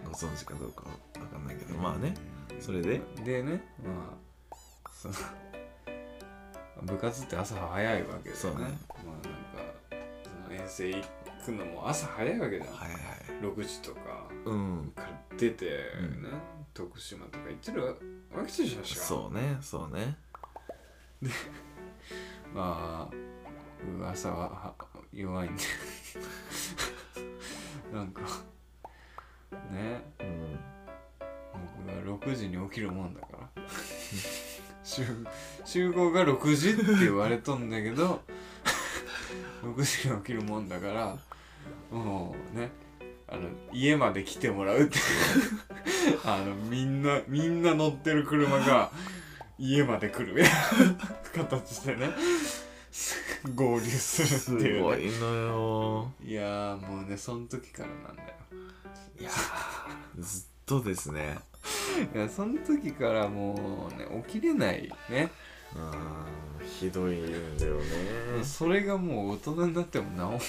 Speaker 2: ご存知かどうかわかんないけどまあねそれで
Speaker 1: でねまあその部活って朝早いわけでね
Speaker 2: そうね
Speaker 1: まあなんかその遠征行くのも朝早いわけじゃん、
Speaker 2: はいはい
Speaker 1: 6時とか
Speaker 2: うん
Speaker 1: から出て、ね
Speaker 2: うん
Speaker 1: 徳島とか行ってるわけじゃんしか
Speaker 2: そうねそうね
Speaker 1: まあう朝はは弱いんで *laughs* なんかね
Speaker 2: うん
Speaker 1: 僕が6時に起きるもんだから *laughs* 集集合が6時って言われとんだけど *laughs* 6時に起きるもんだからもうねあの家家まで来てもらうって *laughs* あのみんなみんな乗ってる車が家まで来るみたい *laughs* な形でね *laughs* 合流す
Speaker 2: *laughs* す
Speaker 1: るっていう、
Speaker 2: ご
Speaker 1: ね、
Speaker 2: いのよ
Speaker 1: いやーもうねその時からなんだよ
Speaker 2: いやーずっとですね
Speaker 1: いやその時からもうね起きれないね、
Speaker 2: うーんひどいんだよね
Speaker 1: それがもう大人になっても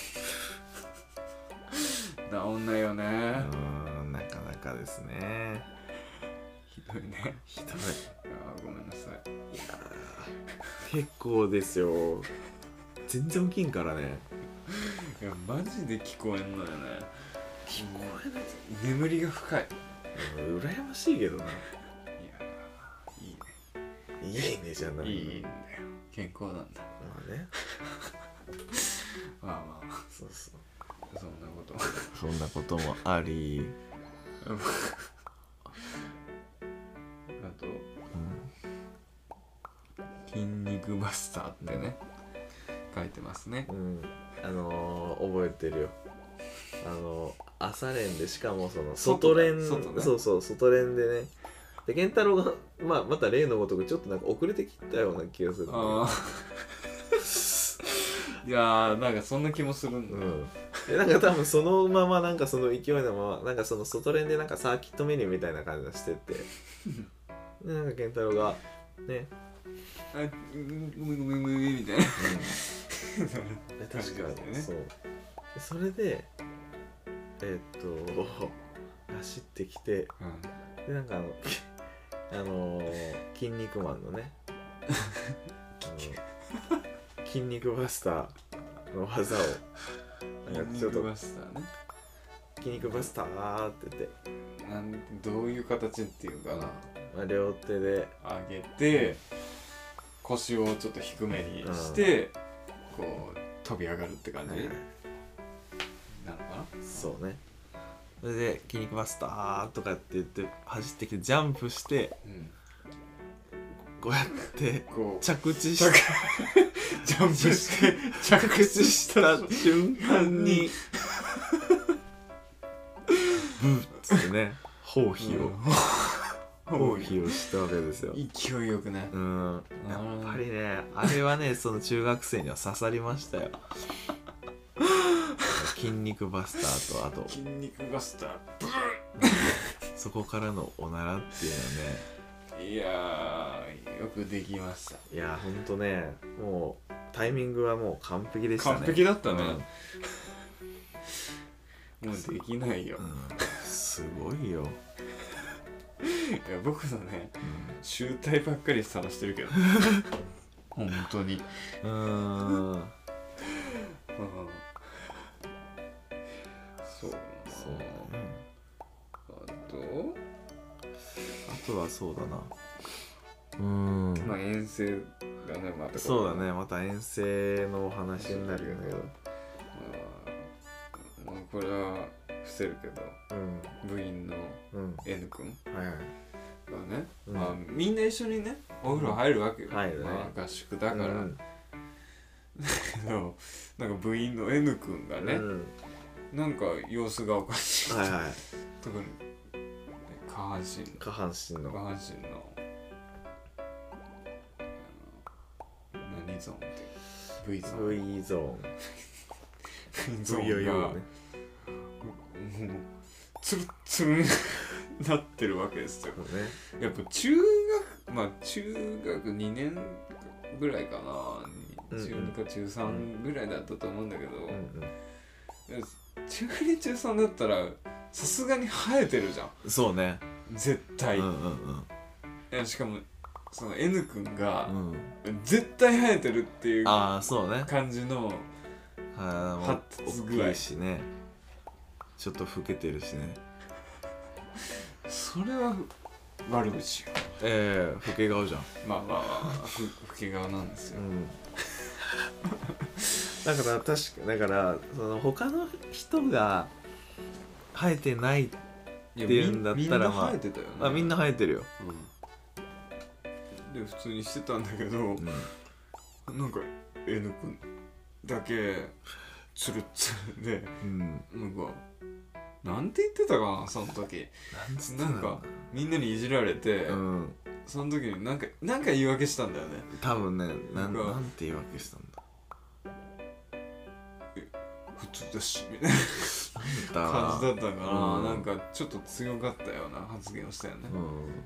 Speaker 1: 治ん治んないよ
Speaker 2: う
Speaker 1: ね、
Speaker 2: ーんなかなかですね
Speaker 1: ひどいね
Speaker 2: ひど
Speaker 1: い
Speaker 2: い
Speaker 1: やーごめんなさい
Speaker 2: 結構ですよ全然起きんからね
Speaker 1: いやマジで聞こえんのよね
Speaker 2: 聞こえない
Speaker 1: 眠りが深い
Speaker 2: 羨ましいけどない
Speaker 1: やーいいね
Speaker 2: いいねじゃない
Speaker 1: いいんだよ健康なんだ
Speaker 2: まあね
Speaker 1: まあま
Speaker 2: そうそう
Speaker 1: あそんなこと
Speaker 2: そんなこともあり、うん、
Speaker 1: あと「筋肉バスター」ってね書いてますね
Speaker 2: うん、あのー、覚えてるよあのー、朝練でしかもその
Speaker 1: 外
Speaker 2: 外
Speaker 1: だ
Speaker 2: 練
Speaker 1: 外ね
Speaker 2: そうそう外練でねで健太郎が、まあ、また例のごとくちょっとなんか遅れてきたような気がするんだよ
Speaker 1: ああ *laughs* いやーなんかそんな気もするん
Speaker 2: う
Speaker 1: だよ、
Speaker 2: ん、でなんか多分そのままなんかその勢いのままなんかその外練でなんかサーキットメニューみたいな感じがしててでなんか健太郎がね、
Speaker 1: あうんごめんごめんごめんみたいな
Speaker 2: え確か
Speaker 1: 感じだよね
Speaker 2: にそうでそれでえーっと走ってきて
Speaker 1: うん
Speaker 2: でなんかあの *laughs* あのー「筋肉マン」のねあの筋肉バスターの技をなんか
Speaker 1: 筋
Speaker 2: ちょっ
Speaker 1: 肉
Speaker 2: と
Speaker 1: バスターね
Speaker 2: 「筋肉バスター」って言って、
Speaker 1: なんどういう形っていうかな
Speaker 2: まあ、両手で
Speaker 1: 上げて腰をちょっと低めにして、こう飛び上がるって感じ、なのかな
Speaker 2: そうねそれで「筋肉バスター」とかって言って走ってきてジャンプして
Speaker 1: うん
Speaker 2: こうやって
Speaker 1: こう
Speaker 2: 着地
Speaker 1: 着
Speaker 2: し
Speaker 1: ジャンプして着
Speaker 2: 着地した瞬
Speaker 1: *laughs*
Speaker 2: 間にブーッつってね包皮を包皮をしたわけですよ
Speaker 1: 勢いよくね
Speaker 2: うんやっぱりねあれはねその中学生には刺さりましたよ *laughs* 筋肉バスターとあ *laughs* と
Speaker 1: 筋肉バスター
Speaker 2: そこからのおならっていうのはね
Speaker 1: いやーよくできました
Speaker 2: いやほんとねもうタイミングはもう完璧でしたね
Speaker 1: 完璧だったねもうできないよ
Speaker 2: うん、うんすごいよ、
Speaker 1: いや僕のね
Speaker 2: う
Speaker 1: 集大ばっかり探してるけど本当に
Speaker 2: ん、うーん
Speaker 1: うんそう
Speaker 2: そうだね
Speaker 1: あと
Speaker 2: あとはそうだなうーん、
Speaker 1: まあ遠征がねまた
Speaker 2: そうだねまた遠征のお話になるよね
Speaker 1: まあこれは伏せるけど
Speaker 2: うん
Speaker 1: 部員の
Speaker 2: うん
Speaker 1: N 君
Speaker 2: はいはい
Speaker 1: がね、
Speaker 2: うん
Speaker 1: まあ、みんな一緒にねお風呂入るわけよ、
Speaker 2: 入るね
Speaker 1: まあ、合宿だから、
Speaker 2: うん
Speaker 1: けどなんか部員の N 君がね
Speaker 2: う、ん
Speaker 1: なんか様子がおかしい、
Speaker 2: はいはい
Speaker 1: 特にね下半身
Speaker 2: 下半身
Speaker 1: 下
Speaker 2: の
Speaker 1: 半身のあの何ゾーンって V ゾーン
Speaker 2: V ゾ
Speaker 1: V
Speaker 2: ーン VOU
Speaker 1: が
Speaker 2: ね
Speaker 1: もうツルッツルになってるわけですよ
Speaker 2: そうね
Speaker 1: やっぱ中学まあ中学2年ぐらいかな
Speaker 2: うんうん
Speaker 1: 中2か中3ぐらいだったと思うんだけど、
Speaker 2: うんう
Speaker 1: 中2中3だったらさすがに生えてるじゃん
Speaker 2: んそうね
Speaker 1: 絶対、
Speaker 2: うんうんうん
Speaker 1: いやしかもその N 君が
Speaker 2: うん
Speaker 1: 絶対生えてるっていう
Speaker 2: ああそうね
Speaker 1: 感じの
Speaker 2: 体も
Speaker 1: 発達具合
Speaker 2: 大きいしねちょっと老けてるしね
Speaker 1: それは悪口よ
Speaker 2: ええ老け顔じゃん
Speaker 1: まあまあまあふ老け顔なんですよ、
Speaker 2: *laughs* んだから確かだからその他の人が生えてない、
Speaker 1: いや
Speaker 2: っていうんだったら
Speaker 1: みん
Speaker 2: ま
Speaker 1: な
Speaker 2: あ
Speaker 1: 生えてたよね
Speaker 2: あみんな生えてるよ、
Speaker 1: うん、で普通にしてたんだけど、
Speaker 2: うん、
Speaker 1: なんか N 君だけつるつるで
Speaker 2: うん、
Speaker 1: なんかななんて言ってたかなその時
Speaker 2: なんつったんだろ
Speaker 1: みんなにいじられて、
Speaker 2: うなうん
Speaker 1: その時になんかなんか言い訳したんだよね
Speaker 2: 多分ねな
Speaker 1: なんんか
Speaker 2: なんて言い訳したん *laughs* だ
Speaker 1: 普通だしみたいな
Speaker 2: だ
Speaker 1: 感じだったかな、
Speaker 2: うん
Speaker 1: なんかちょっと強かったような発言をしたよね、
Speaker 2: うん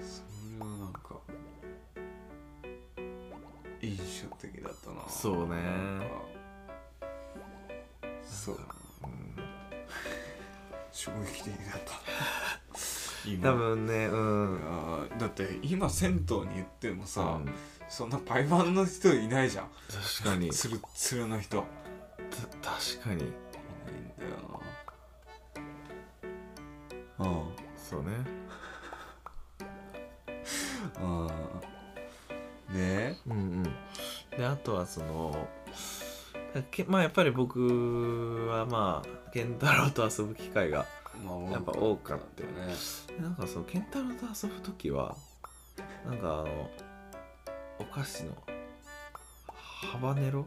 Speaker 1: それはなんか印象的だったな
Speaker 2: そううね
Speaker 1: そう
Speaker 2: うん
Speaker 1: 衝撃的だ
Speaker 2: *laughs*
Speaker 1: った今
Speaker 2: 多分ねうん
Speaker 1: あーだって今銭湯に行ってもさ、
Speaker 2: うん
Speaker 1: そんなパイパンの人いないじゃん
Speaker 2: 確かに
Speaker 1: ツルッツルの人い
Speaker 2: た確かに
Speaker 1: ないんだよなあ
Speaker 2: そうね
Speaker 1: ああね
Speaker 2: うんうんであとはそのけまあやっぱり僕はまあ健太郎と遊ぶ機会が
Speaker 1: まあ
Speaker 2: やっぱ多かったよ
Speaker 1: ね
Speaker 2: でなんかその健太郎と遊ぶ時はなんかあのお菓子のハバネ *laughs* ロ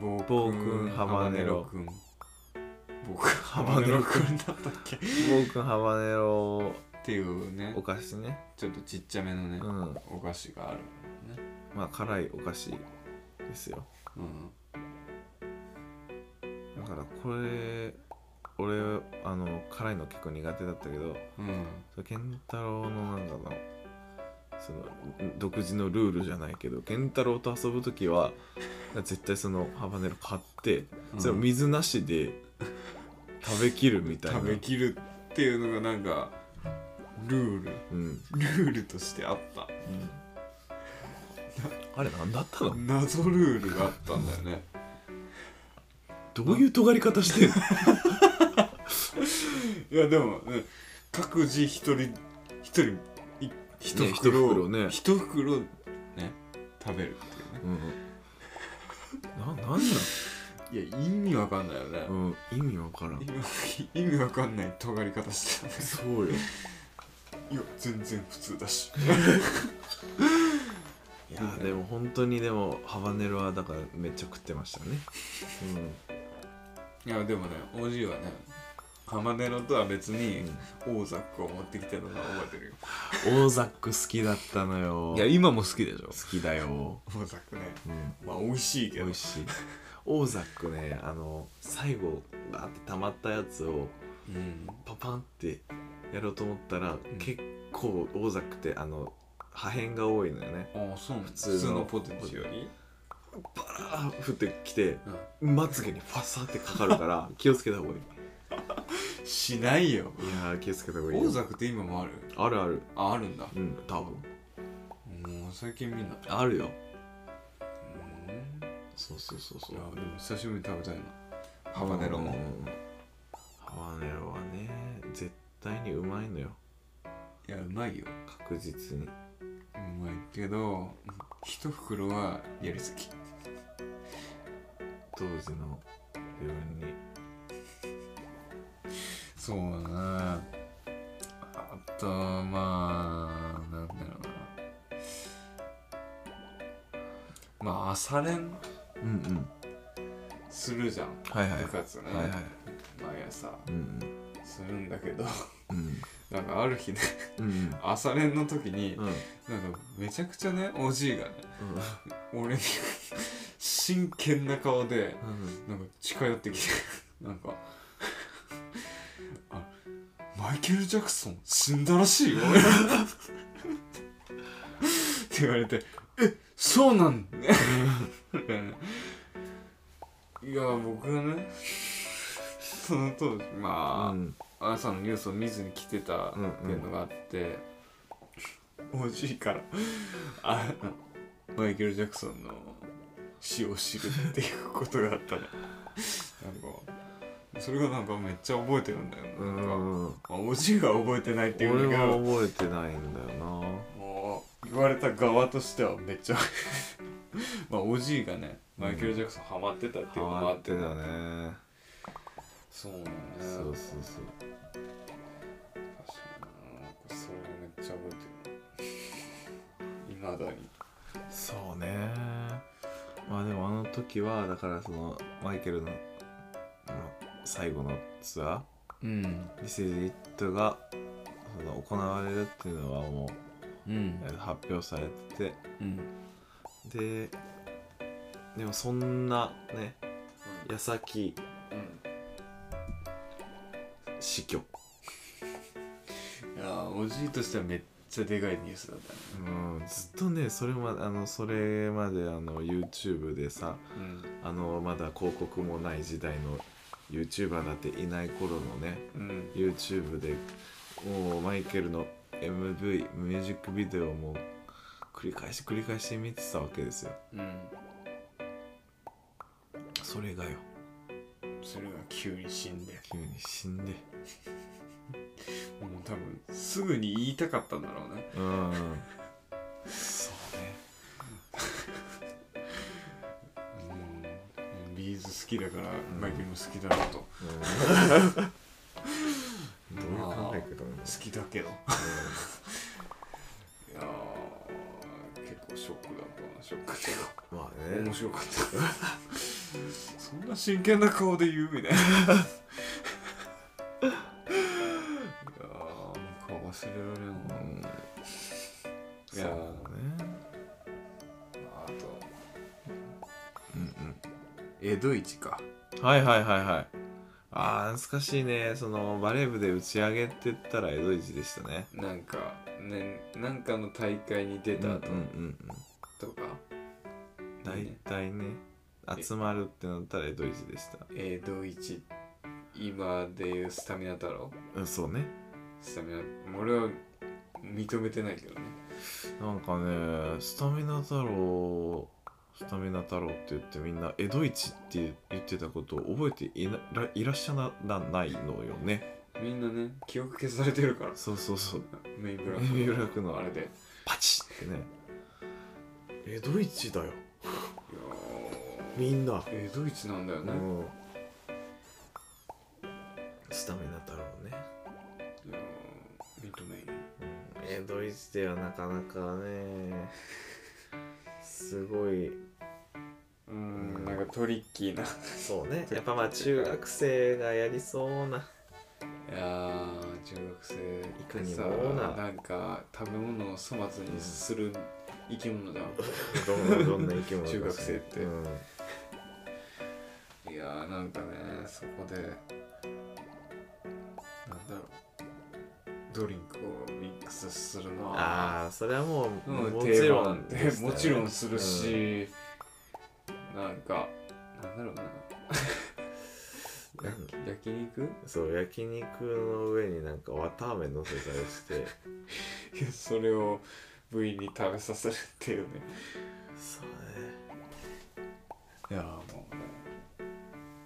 Speaker 1: 暴
Speaker 2: 暴君ハバネロ
Speaker 1: 君僕ハバネロ君だったっけっ
Speaker 2: 僕ハバネロ
Speaker 1: ていうね
Speaker 2: お菓子ね
Speaker 1: ちょっとちっちゃめのね
Speaker 2: う、ん
Speaker 1: お菓子があるね
Speaker 2: まあ辛いお菓子ですよ
Speaker 1: うん
Speaker 2: だからこれ俺あの辛いの結構苦手だったけど
Speaker 1: うん
Speaker 2: その健太郎のなんだろうその独自のルールじゃないけど健太郎と遊ぶ時は絶対そのハバネロ買ってそれを水なしで食べきるみたいな、
Speaker 1: 食べきるっていうのがなんかルール
Speaker 2: うん、
Speaker 1: ルールとしてあった
Speaker 2: あれ何だったの
Speaker 1: 謎ルールがあったんだよね
Speaker 2: どういう尖り方してる
Speaker 1: いやでも、ね、各自一人一人い一袋,、
Speaker 2: ね一袋ね
Speaker 1: 一袋ね食べるっていうね
Speaker 2: うんななんなん
Speaker 1: いや意味わかんないよね、
Speaker 2: うん、意味わからん
Speaker 1: 意味意味わかんない尖り方してたね
Speaker 2: そうよ
Speaker 1: いや全然普通だし
Speaker 2: いやでも本当にでもハバネロはだからめっちゃ食ってましたね
Speaker 1: いやでもねおじいはね浜ネロとは別に *laughs* オーザックを持ってきてたのは覚えてるよ
Speaker 2: うんオーザック好きだったのよ
Speaker 3: いや今も好きでしょ
Speaker 2: 好きだよ、
Speaker 1: オーザックね
Speaker 2: うん、
Speaker 1: まあ美味しいけ
Speaker 2: 美
Speaker 1: ど
Speaker 2: 味しいオーザックねあの最後バーって溜まったやつを
Speaker 1: うん
Speaker 2: パパンってやろうと思ったら、
Speaker 1: ん
Speaker 2: 結構オーザックってあの破片が多いのよね
Speaker 1: ああそう普
Speaker 2: 通の
Speaker 1: 普通のポテチより
Speaker 2: バラー降ってきてまつげにファサってかかるから気をつけた方がいい
Speaker 1: しないよ
Speaker 2: いやー気をつけた方
Speaker 1: オ
Speaker 2: がいいよ
Speaker 1: ーザックって今もある
Speaker 2: あるある
Speaker 1: ああるんだ
Speaker 2: うん多分
Speaker 1: もう最近見ない
Speaker 2: あるよ
Speaker 1: うん
Speaker 2: そうそうそう
Speaker 1: い
Speaker 2: そう
Speaker 1: やでも久しぶりに食べたいなハバネロも
Speaker 2: うんうんうんハバネロはね絶対にうまいのよ
Speaker 1: いやうまいよ
Speaker 2: 確実に
Speaker 1: うまいけど一袋はやりすぎ
Speaker 2: 当時の自分に
Speaker 1: そうだなあとまあなんだろうなまあ朝練
Speaker 2: うんうん
Speaker 1: するじゃん
Speaker 2: はいはい
Speaker 1: 部活ね、
Speaker 2: はいはい
Speaker 1: 毎朝
Speaker 2: うん
Speaker 1: するんだけど *laughs*
Speaker 2: うんうん
Speaker 1: なんかある日ね
Speaker 2: うん
Speaker 1: 朝練の時に
Speaker 2: うんうん
Speaker 1: なんかめちゃくちゃねおじいがね俺に *laughs* 真剣な顔でなんか近寄ってきて *laughs* なんかあマイケル・ジャクソン死んだらしいよって言われてえそう
Speaker 2: *laughs*
Speaker 1: なんだいや僕はねその当時まあ、
Speaker 2: うん
Speaker 1: 朝のニュースを見ずに来てたっていうのがあって、おじいからあマイケル・ジャクソンの死を知るっていうことがあったのなんかそれがなんかめっちゃ覚えてるんだよね
Speaker 2: う
Speaker 1: なんか、
Speaker 2: んうん
Speaker 1: まあ、おじいが覚えてないっていうの
Speaker 2: 俺
Speaker 1: が
Speaker 2: は覚えてないんだよな
Speaker 1: もう言われた側としてはめっ *laughs* ちゃまあおじいがねマイケル・ジャクソンハマってたっていうの
Speaker 2: ハ
Speaker 1: もあ
Speaker 2: マ
Speaker 1: っ
Speaker 2: っててたね
Speaker 1: そうなんだ
Speaker 2: そ
Speaker 1: よ
Speaker 2: う
Speaker 1: ね
Speaker 2: そうそう
Speaker 1: 確かにななんかそれをめっちゃ覚えてるいまだに
Speaker 2: そうねまあでもあの時はだからそのマイケルのあの最後のツア
Speaker 1: うん
Speaker 2: ー「This is It」がその行われるっていうのはも
Speaker 1: う
Speaker 2: うんえー発表されて
Speaker 1: うん
Speaker 2: てででもそんなね矢先死去
Speaker 1: いやーおじいとしてはめっちゃでかいニュースだったね
Speaker 2: うんずっとねそれまであのそれまであの YouTube でさ
Speaker 1: うん
Speaker 2: あのまだ広告もない時代の YouTuber だっていない頃のね
Speaker 1: うん
Speaker 2: YouTube でもうマイケルの MV ミュージックビデオも繰り返し繰り返し見てたわけですよ
Speaker 1: うん
Speaker 2: それがよ
Speaker 1: それが急に死んで
Speaker 2: 急に死んで
Speaker 1: もう多分すぐに言いたかったんだろうね
Speaker 2: うんそうね
Speaker 1: うんビーズ好きだからマイケルも好きだろうと、
Speaker 2: うんどういう考え方なの
Speaker 1: 好きだけど *laughs* いやー結構ショックだったなショックけ
Speaker 2: まあ
Speaker 1: ど
Speaker 2: ね
Speaker 1: 面白かったそんな真剣な顔で言うみたいないやーなんか忘れられんわ、
Speaker 2: うん
Speaker 1: いやー
Speaker 2: そうね
Speaker 1: あと
Speaker 2: うん
Speaker 1: 江戸市か
Speaker 2: うんはいはいはいはいあー懐かしいねそのバレー部で打ち上げって言ったら江戸市でしたね
Speaker 1: なんかねなんかの大会に出
Speaker 2: うんう
Speaker 1: た
Speaker 2: ん
Speaker 1: 後
Speaker 2: うん
Speaker 1: とか、
Speaker 2: うん大体ね集まるってなったら江戸市でした
Speaker 1: 江戸一今でいうスタミナ太郎
Speaker 2: うんそうね
Speaker 1: スタミナ俺は認めてないけどね
Speaker 2: なんかねスタミナ太郎スタミナ太郎って言ってみんな江戸市って言ってたことを覚えていないらっしゃらないのよね
Speaker 1: みんなね記憶消されてるから
Speaker 2: そうそうそう
Speaker 1: メインブラ
Speaker 2: メインブラックの
Speaker 1: あれでいや
Speaker 2: パチッってね江戸市だ
Speaker 1: ー
Speaker 2: よみんな
Speaker 1: 江戸一なんだよね、
Speaker 2: うんスタミナ太郎ね、
Speaker 1: いやー認めんよ
Speaker 2: 江戸市ではなかなかねすごいう
Speaker 1: ーんなんかトリッキーない
Speaker 2: そうねやっぱまあ中学生がやりそうな
Speaker 1: やー中学生
Speaker 2: いかにもな
Speaker 1: なんか食べ物を粗末にする生き物だ
Speaker 2: どんなどんな生き物かしら
Speaker 1: 中学生って
Speaker 2: うん
Speaker 1: いやーなんかねそこでなんだろうドリンクをミックスするのは
Speaker 2: ああそれはもう、
Speaker 1: うん
Speaker 2: もち
Speaker 1: 定
Speaker 2: ろ
Speaker 1: 番
Speaker 2: ん
Speaker 1: で、
Speaker 2: でしたよ
Speaker 1: *laughs* も
Speaker 2: ね
Speaker 1: ちろんする、し、なんかなんだろうな
Speaker 2: うん
Speaker 1: や *laughs* 焼肉
Speaker 2: そう焼肉の上になんか綿あめ乗せたりして
Speaker 1: いやそれを部員に食べさせるっていうね
Speaker 2: そう
Speaker 1: いやーもうね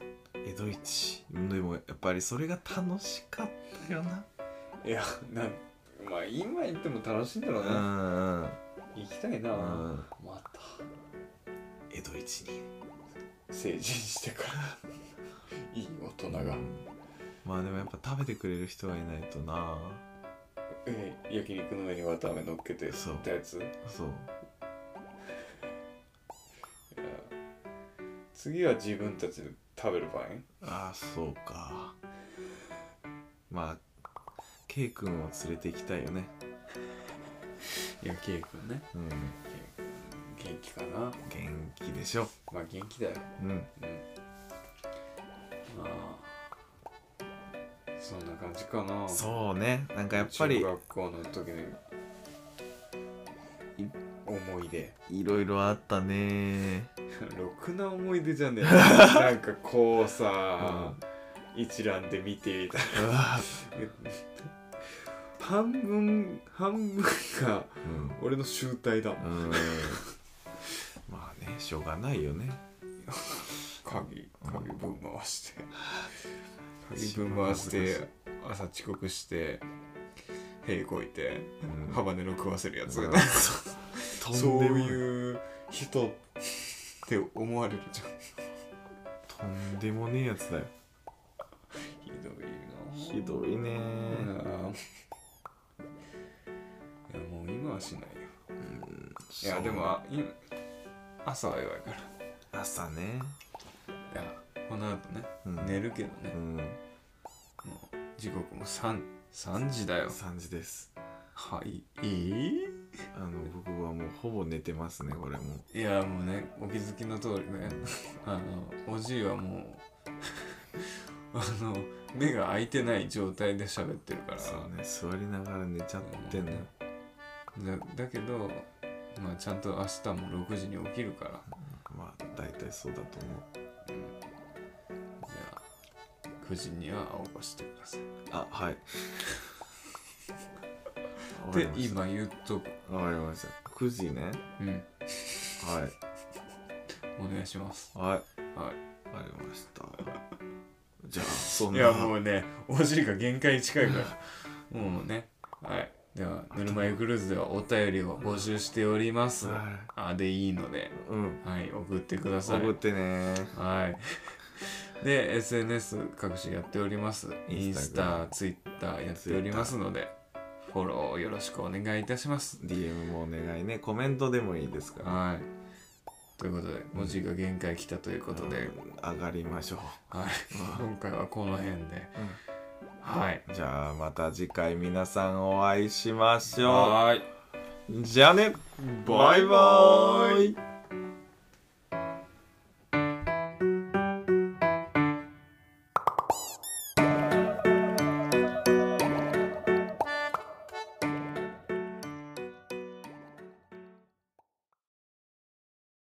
Speaker 2: ね江戸市でもやっぱりそれが楽しかったよない
Speaker 1: やなんまあ今行っても楽しいんだろう
Speaker 2: う
Speaker 1: ね、
Speaker 2: んうん
Speaker 1: 行きたいな、
Speaker 2: うん
Speaker 1: また
Speaker 2: 江戸市に
Speaker 1: 成人してから *laughs* いい大人が、
Speaker 2: まあでもやっぱ食べてくれる人がいないとな
Speaker 1: え焼肉の上にわたあめ乗っけて吸ったやついや
Speaker 2: そう
Speaker 1: 次は自分たちで食べる場合
Speaker 2: ああそうかまあ K 君を連れて行きたいよね
Speaker 1: いやケイ君ね
Speaker 2: うん
Speaker 1: 元気かな
Speaker 2: 元気でしょ
Speaker 1: まあ元気だよ
Speaker 2: うん
Speaker 1: うんまあそんな感じかな
Speaker 2: そうねなんかやっぱり
Speaker 1: 中学校の時のい思い出 *laughs*
Speaker 2: いろいろあったね
Speaker 1: ろくな思い出じゃ
Speaker 2: *laughs*
Speaker 1: ねえなんかこうさ、一覧で見てい *laughs* たら
Speaker 2: うわ
Speaker 1: 半分半分が
Speaker 2: うん
Speaker 1: 俺の集大だもん
Speaker 2: うんまあねしょうがないよね
Speaker 1: 鍵鍵ぶん回
Speaker 2: *laughs*
Speaker 1: して鍵ぶん回して朝遅刻して屁こいて
Speaker 2: うん
Speaker 1: ハバネロ食わせるやつ、
Speaker 2: うん
Speaker 1: *laughs* そう
Speaker 2: う
Speaker 1: いう人って思われるじゃん
Speaker 2: とんでもねえやつだよ
Speaker 1: ひどいな
Speaker 2: ひどい
Speaker 1: う
Speaker 2: ね
Speaker 1: んいやもう今はしないよいやでもあ今朝は弱いから
Speaker 2: 朝ね
Speaker 1: いやこの後ね
Speaker 2: うん
Speaker 1: 寝るけどね
Speaker 2: う、ん
Speaker 1: もう時刻も 3, 3時だよ
Speaker 2: 3時です
Speaker 1: はいい
Speaker 2: あの僕はもうほぼ寝てますねこれも
Speaker 1: いいやもうねお気づきの通りね *laughs* あのおじいはもう *laughs* あの目が開いてない状態で喋ってるから
Speaker 2: そうね座りながら寝ちゃってんのよ
Speaker 1: だだけど、まあ、ちゃんと明日も6時に起きるから
Speaker 2: まあ大体そうだと思う
Speaker 1: じゃあ9時には起こしてください
Speaker 2: あはいわかり
Speaker 1: で
Speaker 2: ました
Speaker 1: 今言っとく
Speaker 2: わかりました9時ね
Speaker 1: うん
Speaker 2: はい
Speaker 1: お願いします
Speaker 2: はい
Speaker 1: は
Speaker 2: わかりましたじゃあそん
Speaker 1: い
Speaker 2: な
Speaker 1: や
Speaker 2: い
Speaker 1: もうねお尻が限界に近いから *laughs* もうねはいでは「ぬるま湯クルーズ」ではお便りを募集しております
Speaker 2: はい
Speaker 1: あでいいので
Speaker 2: うん
Speaker 1: はい送ってください
Speaker 2: 送ってね
Speaker 1: はい。で、SNS 各種やっております。イ
Speaker 2: イ
Speaker 1: ン
Speaker 2: ン
Speaker 1: ス
Speaker 2: スタ
Speaker 1: タ、ツイッターやっておりますので、フォローよろしくお願いいたします。
Speaker 2: DM もお願いねコメントでもいいですから
Speaker 1: はい。ということで、文字が限界来たということで、
Speaker 2: うん上がりましょう
Speaker 1: はい。今回はこの辺で。はい。
Speaker 2: じゃあまた次回皆さんお会いしましょ
Speaker 1: はーい。
Speaker 2: うじゃあねバイバーイ